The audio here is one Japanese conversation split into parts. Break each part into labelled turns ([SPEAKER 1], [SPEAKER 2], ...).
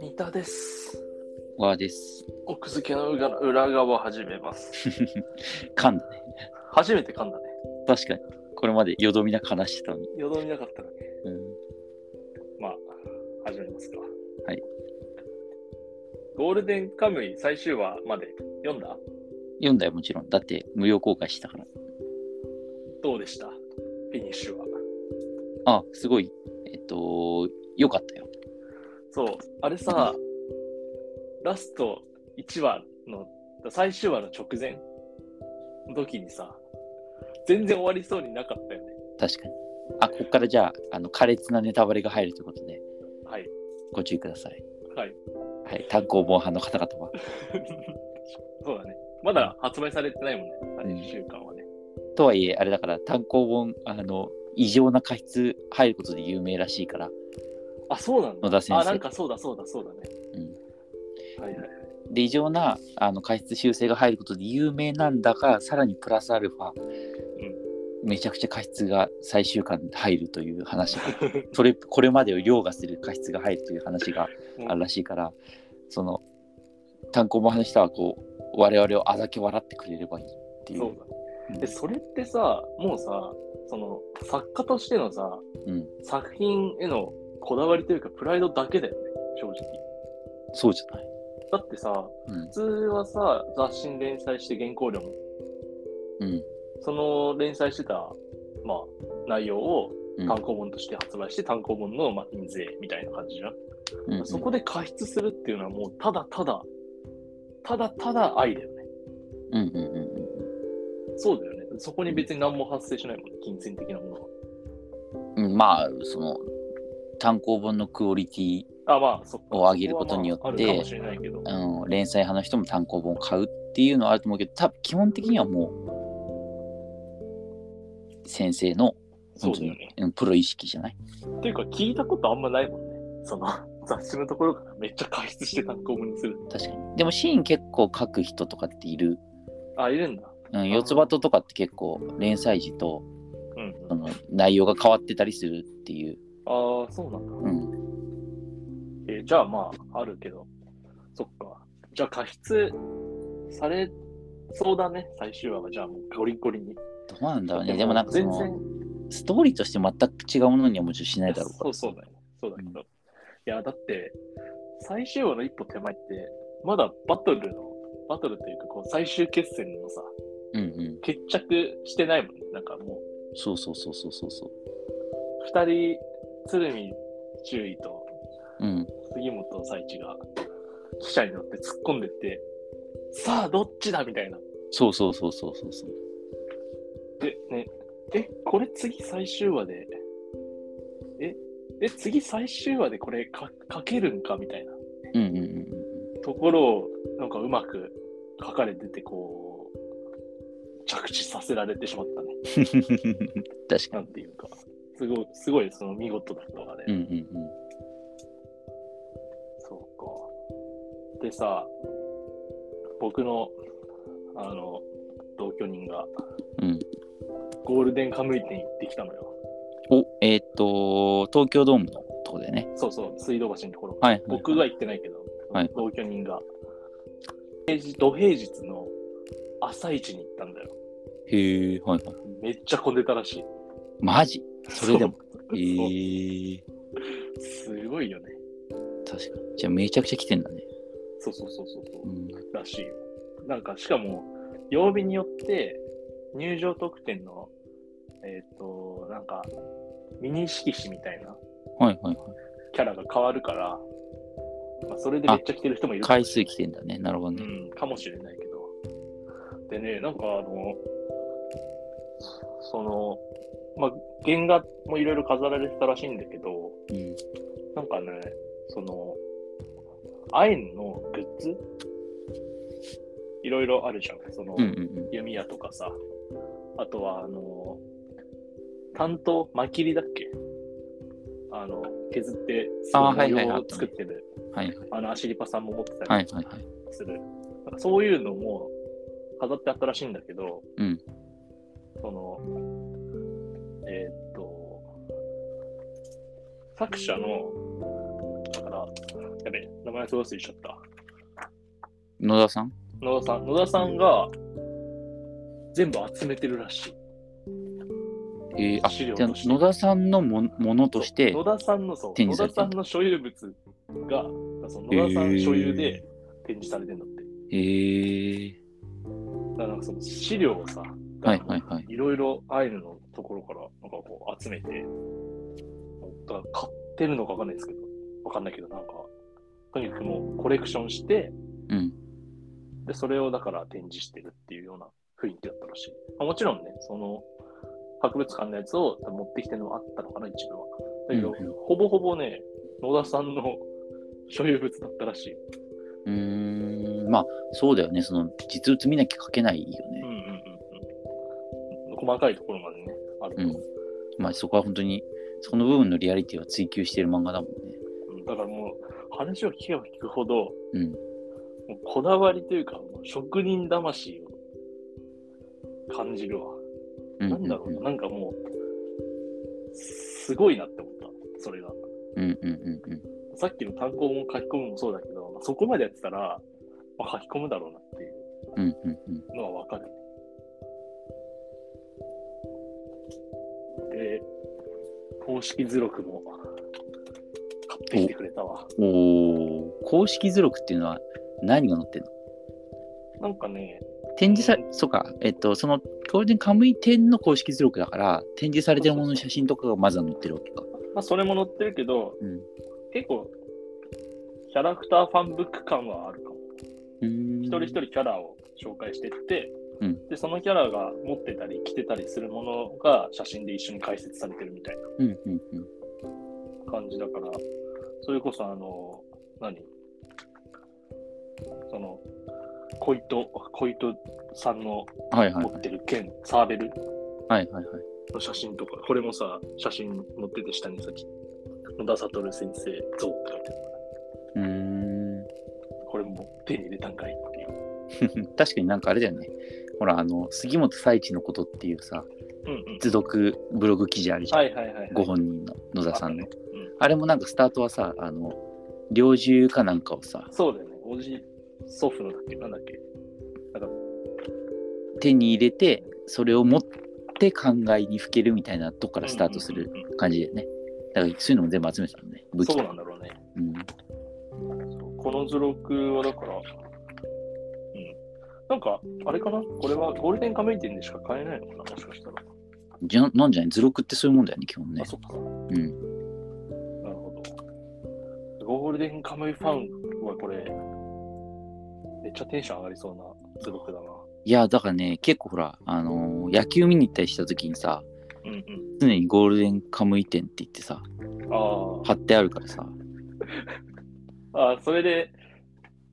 [SPEAKER 1] 三田です。
[SPEAKER 2] わーです。
[SPEAKER 1] 奥付けの裏裏側始め ます。
[SPEAKER 2] 噛んだね。
[SPEAKER 1] 初めて噛んだね。
[SPEAKER 2] 確かに。これまでよどみなく話してたのに。
[SPEAKER 1] よどみなかったね。
[SPEAKER 2] うん。
[SPEAKER 1] まあ、始めますか。
[SPEAKER 2] はい。
[SPEAKER 1] ゴールデンカムイ最終話まで読んだ
[SPEAKER 2] 読んだよ、もちろん。だって無料公開したから。
[SPEAKER 1] どうでしたフィニッシュは。
[SPEAKER 2] あ、すごい。えっと、よかったよ。
[SPEAKER 1] そう、あれさ、ラスト1話の、最終話の直前の時にさ、全然終わりそうになかったよね。
[SPEAKER 2] 確かに。あ、ここからじゃあ、あの、苛烈なネタバレが入るということで、
[SPEAKER 1] はい。
[SPEAKER 2] ご注意ください。
[SPEAKER 1] はい。
[SPEAKER 2] はい。単行本派の方々は。
[SPEAKER 1] そうだね。まだ発売されてないもんね、あれ
[SPEAKER 2] うん
[SPEAKER 1] 1週間はね。
[SPEAKER 2] とはいえ、あれだから、単行本、あの、異常な過失入ることで有名らしいから、
[SPEAKER 1] あ、そうなんだ。
[SPEAKER 2] 野田先生
[SPEAKER 1] あ、なんかそうだそうだそうだね。はいはい。
[SPEAKER 2] で異常なあの過失修正が入ることで有名なんだがさらにプラスアルファ、めちゃくちゃ過失が最終巻に入るという話が それこれまでを凌駕する過失が入るという話が
[SPEAKER 1] うん
[SPEAKER 2] あるらしいから、その単行本の人はこう我々をあざけ笑ってくれればいいっていう
[SPEAKER 1] そう
[SPEAKER 2] う
[SPEAKER 1] だ。
[SPEAKER 2] ん
[SPEAKER 1] で、それってさ、もうさ、その作家としてのさ、
[SPEAKER 2] うん、
[SPEAKER 1] 作品へのこだわりというか、プライドだけだよね、正直。
[SPEAKER 2] そうじゃない、
[SPEAKER 1] だってさ、
[SPEAKER 2] うん
[SPEAKER 1] 普通はさ、雑誌に連載して原稿料も、
[SPEAKER 2] うん
[SPEAKER 1] その連載してた、まあ、内容を
[SPEAKER 2] うん
[SPEAKER 1] 単行本として発売して、単行本の、まあ、印税みたいな感じじゃん。
[SPEAKER 2] うんうん
[SPEAKER 1] そこで加筆するっていうのはもうただただ、ただただ愛だよね。
[SPEAKER 2] うんうんうんうん
[SPEAKER 1] そうだよね。そこに別に何も発生しないもんね、金銭的なもの
[SPEAKER 2] うんまあその単行本のクオリティ
[SPEAKER 1] は。あ、まあ、そこ
[SPEAKER 2] を上げることによって
[SPEAKER 1] あるかもしれないけど。
[SPEAKER 2] うん、連載派の人も単行本を買うっていうのはあると思うけど多分基本的にはもう先生の
[SPEAKER 1] そ
[SPEAKER 2] 本
[SPEAKER 1] う
[SPEAKER 2] 当
[SPEAKER 1] だ
[SPEAKER 2] に
[SPEAKER 1] よね。
[SPEAKER 2] うんプロ意識じゃない
[SPEAKER 1] っていうか、聞いたことあんまないもんね。その雑誌のところからめっちゃ加筆して単行本にする。
[SPEAKER 2] 確かにでもシーン結構書く人とかっている、
[SPEAKER 1] あ、いるんだ。
[SPEAKER 2] うん、四つ葉ととかって結構連載時と
[SPEAKER 1] うん
[SPEAKER 2] そ。の内容が変わってたりするっていう、
[SPEAKER 1] ああ、そうなんだ。
[SPEAKER 2] うん、
[SPEAKER 1] えーじゃあまあ、あるけど。そっか。じゃあ加筆されそうだね、最終話は。じゃあもうゴリゴリに。
[SPEAKER 2] どうなんだろうねでもなんかそ
[SPEAKER 1] 全
[SPEAKER 2] の
[SPEAKER 1] 然
[SPEAKER 2] ストーリーとして全く違うものにはもちろんしないだろうから
[SPEAKER 1] そうそうだよね。そうだけど。いや、だって、最終話の一歩手前って、まだバトルの、バトルというか、こう、最終決戦のさ、
[SPEAKER 2] うんうん
[SPEAKER 1] 決着してないもんね。なんかもう、
[SPEAKER 2] そうそうそうそうそうそ
[SPEAKER 1] 二人、鶴見周囲と
[SPEAKER 2] ううん
[SPEAKER 1] 杉本佐一が、汽車に乗って突っ込んでって、さあ、どっちだみたいな。
[SPEAKER 2] そうそうそうそうそうそう
[SPEAKER 1] で、ね、え、これ次最終話で、え、え、次最終話でこれかかけるんかみたいな。
[SPEAKER 2] うんうんうんうん
[SPEAKER 1] ところをなんかうまく書かれててこう着地させられてしまったね
[SPEAKER 2] 確か
[SPEAKER 1] なんていうかすごいすごいその見事だったわね、
[SPEAKER 2] に。うんうんうん。
[SPEAKER 1] そうかでさ僕のあの同居人が、
[SPEAKER 2] うん
[SPEAKER 1] ゴールデンカムイ店行ってきたのよ
[SPEAKER 2] お、えーっ、と、東京ドームのとこだよね。
[SPEAKER 1] そうそう水道橋のところ、
[SPEAKER 2] はい。
[SPEAKER 1] 僕が行ってないけど、
[SPEAKER 2] はい
[SPEAKER 1] 同居人が平日土平日の朝一に行ったんだよ
[SPEAKER 2] へえ、はいはい。
[SPEAKER 1] めっちゃ混んでたらしい
[SPEAKER 2] マジそれでも。
[SPEAKER 1] そう
[SPEAKER 2] へえ、
[SPEAKER 1] そうすごいよね。
[SPEAKER 2] 確かに。じゃあめちゃくちゃ来てんだね。
[SPEAKER 1] そうそうそうそうそうう、
[SPEAKER 2] ん。
[SPEAKER 1] らしいよ。なんか、しかも、曜日によって、入場特典の、えっ、と、なんか、ミニ色紙みたいな
[SPEAKER 2] はいはいは
[SPEAKER 1] キャラが変わるから、まあ、それでめっちゃ来てる人もい
[SPEAKER 2] い。
[SPEAKER 1] る
[SPEAKER 2] 回数来てんだね。なるほど
[SPEAKER 1] う
[SPEAKER 2] ね。
[SPEAKER 1] ん、かもしれないけど。でね、なんかあの、その、まあ、原画もいろいろ飾られてたらしいんだけど、
[SPEAKER 2] うん。
[SPEAKER 1] なんかね、その、アイヌのグッズいろいろあるじゃん。その、
[SPEAKER 2] うんうん
[SPEAKER 1] 弓矢とかさ。あとは、あの、担当、まきりだっけあの、削って、
[SPEAKER 2] あー
[SPEAKER 1] その
[SPEAKER 2] はいはい
[SPEAKER 1] 模様
[SPEAKER 2] あ
[SPEAKER 1] を
[SPEAKER 2] ったね
[SPEAKER 1] 作ってる、
[SPEAKER 2] うん。はいはい。
[SPEAKER 1] あの、アシリパさんも持ってた
[SPEAKER 2] は
[SPEAKER 1] り
[SPEAKER 2] いはいはい。
[SPEAKER 1] する。なんかそういうのも飾ってあったらしいんだけど、
[SPEAKER 2] うん
[SPEAKER 1] その、えーっと、作者の、だから、やべ、名前すごい忘れちゃった。
[SPEAKER 2] 野田さん
[SPEAKER 1] 野田さん、野田さんが、全部集めてるらしい。
[SPEAKER 2] えーあ
[SPEAKER 1] 資料
[SPEAKER 2] じゃあ
[SPEAKER 1] として
[SPEAKER 2] 野田さんのもものとして
[SPEAKER 1] 野田さんの、そう、
[SPEAKER 2] 展
[SPEAKER 1] 野
[SPEAKER 2] 示さ
[SPEAKER 1] 田
[SPEAKER 2] れて
[SPEAKER 1] さ
[SPEAKER 2] る
[SPEAKER 1] んの所有物が、その野田さん所有で展示されてるんだって。
[SPEAKER 2] えー、
[SPEAKER 1] だからなんかその資料をさ、
[SPEAKER 2] はいはいはい
[SPEAKER 1] いろいろアイヌのところからなんかこう集めて、だから買ってるのかわかんないですけど、わかんないけど、なんか、とにかくもうコレクションして、
[SPEAKER 2] うん
[SPEAKER 1] で、それをだから展示してるっていうような雰囲気だったらしい。まあ、もちろんね、その博物館のやつを持ってきてるのはあったのかな、一部は。だけど、
[SPEAKER 2] うんうん
[SPEAKER 1] ほぼほぼね、野田さんの 所有物だったらしい。
[SPEAKER 2] うーんまあそうだよねその実物見なきゃ書けないよ
[SPEAKER 1] うん
[SPEAKER 2] ね、
[SPEAKER 1] うんうんうん。細かいところまでね、あると。
[SPEAKER 2] うんまあそこは本当にその部分のリアリティは追求してる漫画だもんね
[SPEAKER 1] うんだからもう話を聞けば聞くほど、
[SPEAKER 2] うん
[SPEAKER 1] もうこだわりというか、もう職人魂を感じるわ。
[SPEAKER 2] うん
[SPEAKER 1] なんだろうな、なんかもう、すごいなって思った、それが。
[SPEAKER 2] うんうんうんうん
[SPEAKER 1] さっきの単行本書き込むもそうだけど、まあ、そこまでやってたら、まあ、書き込むだろうなっていう
[SPEAKER 2] うんうんうん
[SPEAKER 1] のはわかる。で、公式図録も買ってきてくれたわ。
[SPEAKER 2] おお公式図録っていうのは何が載ってる
[SPEAKER 1] な
[SPEAKER 2] の
[SPEAKER 1] んかね、
[SPEAKER 2] 展示さ
[SPEAKER 1] う
[SPEAKER 2] そうかえっとそのゴールデンカムイ展の公式図録だから展示されてるものの写真とかがまずは載ってるわけか
[SPEAKER 1] まあ、それも載ってるけど、
[SPEAKER 2] うん
[SPEAKER 1] 結構、キャラクターファンブック感はあるかも。
[SPEAKER 2] うーん
[SPEAKER 1] 一人一人キャラを紹介してって、
[SPEAKER 2] うん
[SPEAKER 1] で、そのキャラが持ってたり着てたりするものが写真で一緒に解説されてるみたい
[SPEAKER 2] うんうんうん
[SPEAKER 1] な感じだから、それこそ、あの、何その、小糸、小糸さんの
[SPEAKER 2] はいはい
[SPEAKER 1] 持
[SPEAKER 2] はい
[SPEAKER 1] ってる剣、サーベル
[SPEAKER 2] はいはいはい
[SPEAKER 1] の写真とか、これもさ、写真載ってて下にさ、野田悟先生像って書いてある。
[SPEAKER 2] うーん
[SPEAKER 1] これも手に入れたんかいっていう。
[SPEAKER 2] 確かになんかあれだよね。ほら、あの、杉本彩一のことっていうさ、
[SPEAKER 1] うんうん
[SPEAKER 2] 図読ブログ記事あるじゃん。
[SPEAKER 1] はいはいはいはい。
[SPEAKER 2] ご本人の野田さんの
[SPEAKER 1] あっ。たねうん
[SPEAKER 2] あれもなんかスタートはさ、あの、猟銃かなんかをさ、
[SPEAKER 1] そうだよね。おじ、祖父のだっけなんだっけ
[SPEAKER 2] 手に入れて、それを持って考えにふけるみたいなとこからスタートする
[SPEAKER 1] うんうんうん
[SPEAKER 2] 感じだよね。だからそういうのも全部集めてたのね。
[SPEAKER 1] うん
[SPEAKER 2] 武器
[SPEAKER 1] そう
[SPEAKER 2] と
[SPEAKER 1] なん
[SPEAKER 2] か。
[SPEAKER 1] だろうね。
[SPEAKER 2] うん。
[SPEAKER 1] そうこの図録はだから、うん。なんか、あれかなこれはゴールデンカムイ店でしか買えないのかなもしかしたら。
[SPEAKER 2] じゃなんじゃない図録ってそういうもんだよね、基本ね
[SPEAKER 1] あ、。そっか。
[SPEAKER 2] うん。
[SPEAKER 1] なるほど。ゴールデンカムイファンはこれ、めっちゃテンション上がりそうな図録だな。
[SPEAKER 2] いや、だからね、結構ほら、あのー野球見に行ったりした時にさ、
[SPEAKER 1] うん
[SPEAKER 2] 常にゴールデンカムイ店って言ってさ、
[SPEAKER 1] うん。あ
[SPEAKER 2] 貼ってあるからさ、
[SPEAKER 1] あ。あーそれで、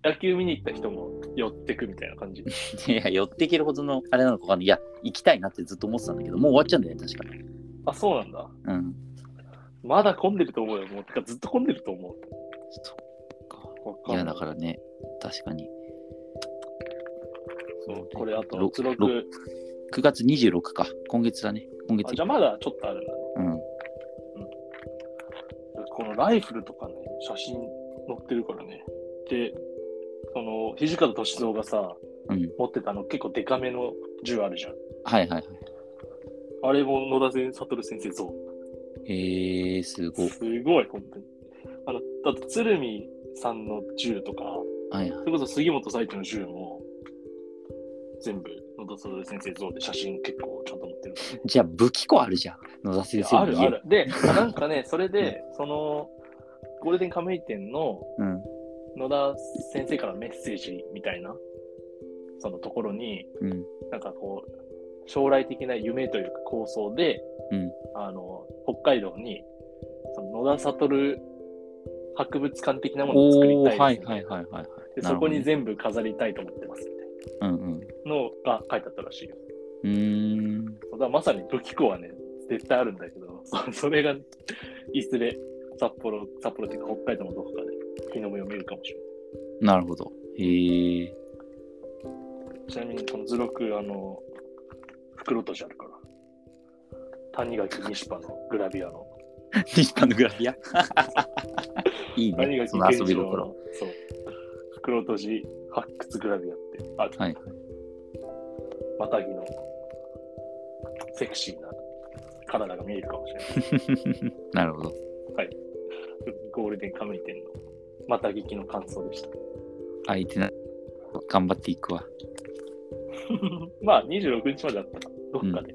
[SPEAKER 1] 野球見に行った人も寄ってくみたいな感じ。
[SPEAKER 2] いや、寄っていけるほどのあれなのかわかんない。いや、行きたいなってずっと思ってたんだけど、もう終わっちゃうんだよね、確かに。
[SPEAKER 1] あ、そうなんだ。
[SPEAKER 2] うん。
[SPEAKER 1] まだ混んでると思うよ。もうてかずっと混んでると思。
[SPEAKER 2] そ
[SPEAKER 1] わ
[SPEAKER 2] うい
[SPEAKER 1] んな
[SPEAKER 2] や、だからね、確かに。
[SPEAKER 1] そう、これあと、
[SPEAKER 2] ろ
[SPEAKER 1] 圧
[SPEAKER 2] ろ
[SPEAKER 1] 力。
[SPEAKER 2] 9月26か。今月だね。今
[SPEAKER 1] あ
[SPEAKER 2] 月
[SPEAKER 1] じゃあまだちょっとあるんだね。
[SPEAKER 2] うん。
[SPEAKER 1] このライフルとかね、写真載ってるからね。で、その、土方歳三がさ、
[SPEAKER 2] うん。
[SPEAKER 1] 持ってたあの結構デカめの銃あるじゃん。
[SPEAKER 2] はいはいはい。
[SPEAKER 1] あれも野田先悟先生像。
[SPEAKER 2] えー、すごい。
[SPEAKER 1] すごい、本当に。あの、だって鶴見さんの銃とか、
[SPEAKER 2] はいはい。
[SPEAKER 1] それこそ杉本彩一の銃も、全部野田悟先生像で写真結構ちゃんと載ってる。
[SPEAKER 2] じゃあ、武器庫あるじゃん。野田先生
[SPEAKER 1] あ
[SPEAKER 2] の
[SPEAKER 1] る
[SPEAKER 2] 家。
[SPEAKER 1] ある。で、なんかね、それで、その、ゴールデンカムイ店の
[SPEAKER 2] うん。
[SPEAKER 1] 野田先生からメッセージみたいな、そのところに、
[SPEAKER 2] うん。
[SPEAKER 1] なんかこう、将来的な夢というか構想で、
[SPEAKER 2] うん
[SPEAKER 1] あの、北海道に、その野田悟博物館的なものを作り
[SPEAKER 2] お
[SPEAKER 1] た
[SPEAKER 2] ー、
[SPEAKER 1] い
[SPEAKER 2] はい
[SPEAKER 1] です、
[SPEAKER 2] はいはいはいはい。
[SPEAKER 1] で
[SPEAKER 2] な
[SPEAKER 1] そ
[SPEAKER 2] る
[SPEAKER 1] こ
[SPEAKER 2] ほど
[SPEAKER 1] に
[SPEAKER 2] ね
[SPEAKER 1] 全部飾りたいと思ってますみたい
[SPEAKER 2] うんうん。う
[SPEAKER 1] なのが書いてあったらしいよ。
[SPEAKER 2] ーん。
[SPEAKER 1] そうだからまさに武器庫はね、絶対あるんだけど、 そそれが、いずれ札幌、札幌っていうか北海道のどこかで日の目を見るかもしれない。
[SPEAKER 2] なるほど。えー。
[SPEAKER 1] ちなみにこの図録、あの、袋とじあるから。谷垣西パのグラビアの。
[SPEAKER 2] 西パのグラ ビアいい
[SPEAKER 1] 谷
[SPEAKER 2] ね、そ
[SPEAKER 1] 垣
[SPEAKER 2] の遊
[SPEAKER 1] 健
[SPEAKER 2] び
[SPEAKER 1] 次郎の
[SPEAKER 2] 心。。
[SPEAKER 1] そう。袋とじ発掘グラビアって、あ、
[SPEAKER 2] はい。
[SPEAKER 1] またぎのセクシーな体が見えるかもしれない。
[SPEAKER 2] なるほど。
[SPEAKER 1] ゴールデンカムイ店のまたぎきの感想でした。
[SPEAKER 2] 相手な、頑張っていくわ。
[SPEAKER 1] まあ、26日までだったら、どっかで